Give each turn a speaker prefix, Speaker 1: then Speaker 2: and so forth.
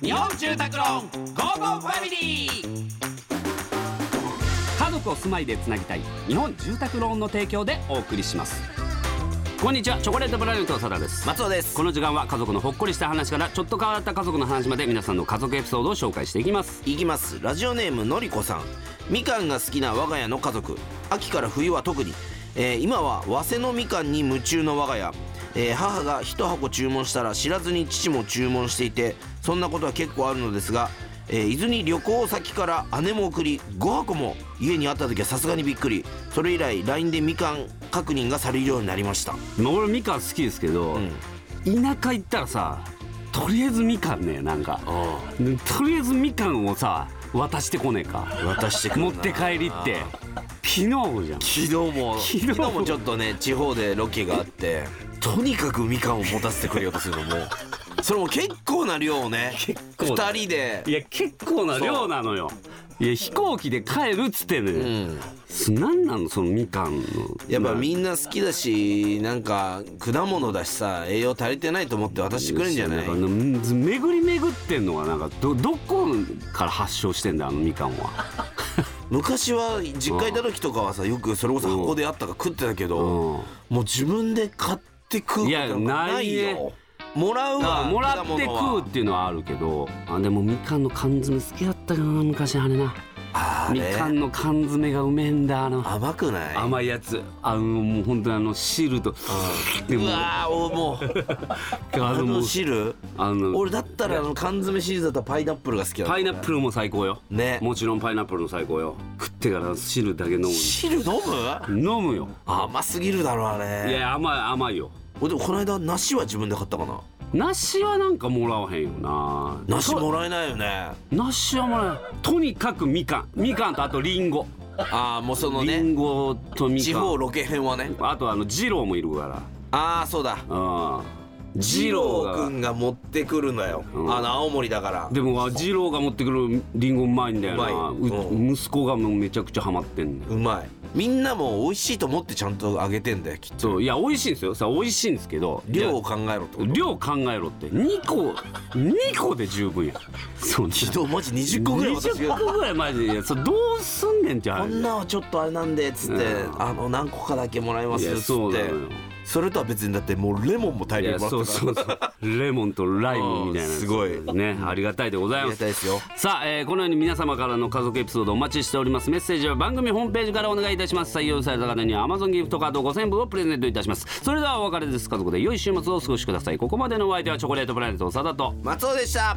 Speaker 1: 日本住宅ローンゴーゴーファミリー家族を住まいでつなぎたい日本住宅ローンの提供でお送りしますこんにちはチョコレートプラネットの佐田です
Speaker 2: 松尾です
Speaker 1: この時間は家族のほっこりした話からちょっと変わった家族の話まで皆さんの家族エピソードを紹介していきます
Speaker 2: いきますラジオネームのりこさんみかんが好きな我が家の家族秋から冬は特に、えー今は早生のみかんに夢中の我が家、えー母が一箱注文したら知らずに父も注文していてそんなことは結構あるのですが、えー伊豆に旅行先から姉も送り5箱も家にあった時はさすがにびっくりそれ以来 LINE でみかん確認がされるようになりました
Speaker 1: まあ俺みかん好きですけど、
Speaker 2: うん
Speaker 1: 田舎行ったらさとりあえずみかんねなんか
Speaker 2: あ
Speaker 1: とりあえずみかんをさ渡してこねえか
Speaker 2: 渡してくる
Speaker 1: 持
Speaker 2: な
Speaker 1: って帰りって昨日じゃん
Speaker 2: 昨日も
Speaker 1: 昨
Speaker 2: 昨
Speaker 1: 日
Speaker 2: 日
Speaker 1: も
Speaker 2: もちょっとね地方でロケがあってとにかくみかんを持たせてくれようとするのも うそれも結構な量をね
Speaker 1: 結構だ
Speaker 2: 2人で
Speaker 1: いや結構な量なのよいや飛行機で帰るっつって
Speaker 2: う
Speaker 1: ね、
Speaker 2: ん
Speaker 1: なん、何なのそのみかんの
Speaker 2: やっぱみ
Speaker 1: なん
Speaker 2: な好きだしなんか果物だしさ栄養足りてないと思って渡してくれんじゃない
Speaker 1: んかうん巡り巡ってんのはなんかどどこから発祥してんだあのみかんは、
Speaker 2: 昔は実家いた時とかはさよくそれこそ箱であったか食ってたけ
Speaker 1: う
Speaker 2: ど
Speaker 1: ん、
Speaker 2: もう自分で買って食うことなんか
Speaker 1: いやない
Speaker 2: ない
Speaker 1: ね
Speaker 2: よもらう
Speaker 1: だから
Speaker 2: わ
Speaker 1: もら
Speaker 2: 果
Speaker 1: って
Speaker 2: 物は
Speaker 1: 食うっていうのはあるけどあでもみかんの缶詰好きだったかな昔あれな
Speaker 2: あ
Speaker 1: み
Speaker 2: れ
Speaker 1: かんの缶詰がうめえんだあの
Speaker 2: 甘くない
Speaker 1: 甘いやつあのもう本当にあの汁とで
Speaker 2: う
Speaker 1: も
Speaker 2: わーおもう
Speaker 1: あ
Speaker 2: あ
Speaker 1: のも
Speaker 2: の
Speaker 1: う
Speaker 2: 汁
Speaker 1: あの
Speaker 2: 俺だったらあの缶詰シリーズだったらパイナップルが好きだ
Speaker 1: パイナップルも最高よ
Speaker 2: ルね
Speaker 1: もちろんパイナップルの最高よ食ってから汁だけ飲む
Speaker 2: 汁飲む
Speaker 1: 飲むよ
Speaker 2: 甘すぎるだろあ
Speaker 1: い
Speaker 2: れ
Speaker 1: や甘い甘いよ
Speaker 2: 俺でもこの間梨は自分で買ったかな
Speaker 1: 梨はなんかもらわへんよな
Speaker 2: 梨
Speaker 1: と
Speaker 2: もらえないよね
Speaker 1: 梨はもらわないとにかくみかんみかんとあとりんご
Speaker 2: ああもうその
Speaker 1: り
Speaker 2: ね
Speaker 1: んごとみ
Speaker 2: 地
Speaker 1: か
Speaker 2: 方
Speaker 1: ん
Speaker 2: ロケ編はね
Speaker 1: あとあの二郎もいるか
Speaker 2: ああそうだ
Speaker 1: らうん
Speaker 2: 二
Speaker 1: 二郎
Speaker 2: 郎く
Speaker 1: が
Speaker 2: んが持ってくるのよ
Speaker 1: うん
Speaker 2: あの青森だから
Speaker 1: でもあ二郎が持ってくるりんごうまいんだよな
Speaker 2: うまいううん
Speaker 1: 息子がもうめちゃくちゃハマってんだよ
Speaker 2: うまいみんなも美味しいと思ってちゃんとあげてんだよきっと
Speaker 1: そういや美味しいんですよさ美味しいんですけど
Speaker 2: 量を考えろってこと
Speaker 1: 量考えろって2個2個で十分やそうね
Speaker 2: 人マジ20個ぐらい私が
Speaker 1: 20個ぐらいマジでいやそれどうすんねんって
Speaker 2: こん
Speaker 1: 話
Speaker 2: なはちょっとあれなんでっつって、
Speaker 1: うん
Speaker 2: あの何個かだけもらいま
Speaker 1: い
Speaker 2: すっ
Speaker 1: や
Speaker 2: つってそ
Speaker 1: そうなのよ
Speaker 2: れとは別にだってもうレモンも大
Speaker 1: い
Speaker 2: 量に
Speaker 1: や
Speaker 2: もら
Speaker 1: そう
Speaker 2: ってた
Speaker 1: そうそうレモンとライムみたいな
Speaker 2: うんすごい
Speaker 1: ねありがたいでござい
Speaker 2: あり
Speaker 1: ま
Speaker 2: が
Speaker 1: す
Speaker 2: たいですよ
Speaker 1: さあ、えーこのように皆様からの家族エピソードお待ちしておりますメッセージは番組ホームページからお願いいたします採用された方には Amazon ギフトカード5000部をプレゼントいたしますそれではお別れです家族で良い週末をお過ごしくださいここまでのお相手はチョコレートプラネット長田と
Speaker 2: 松尾でした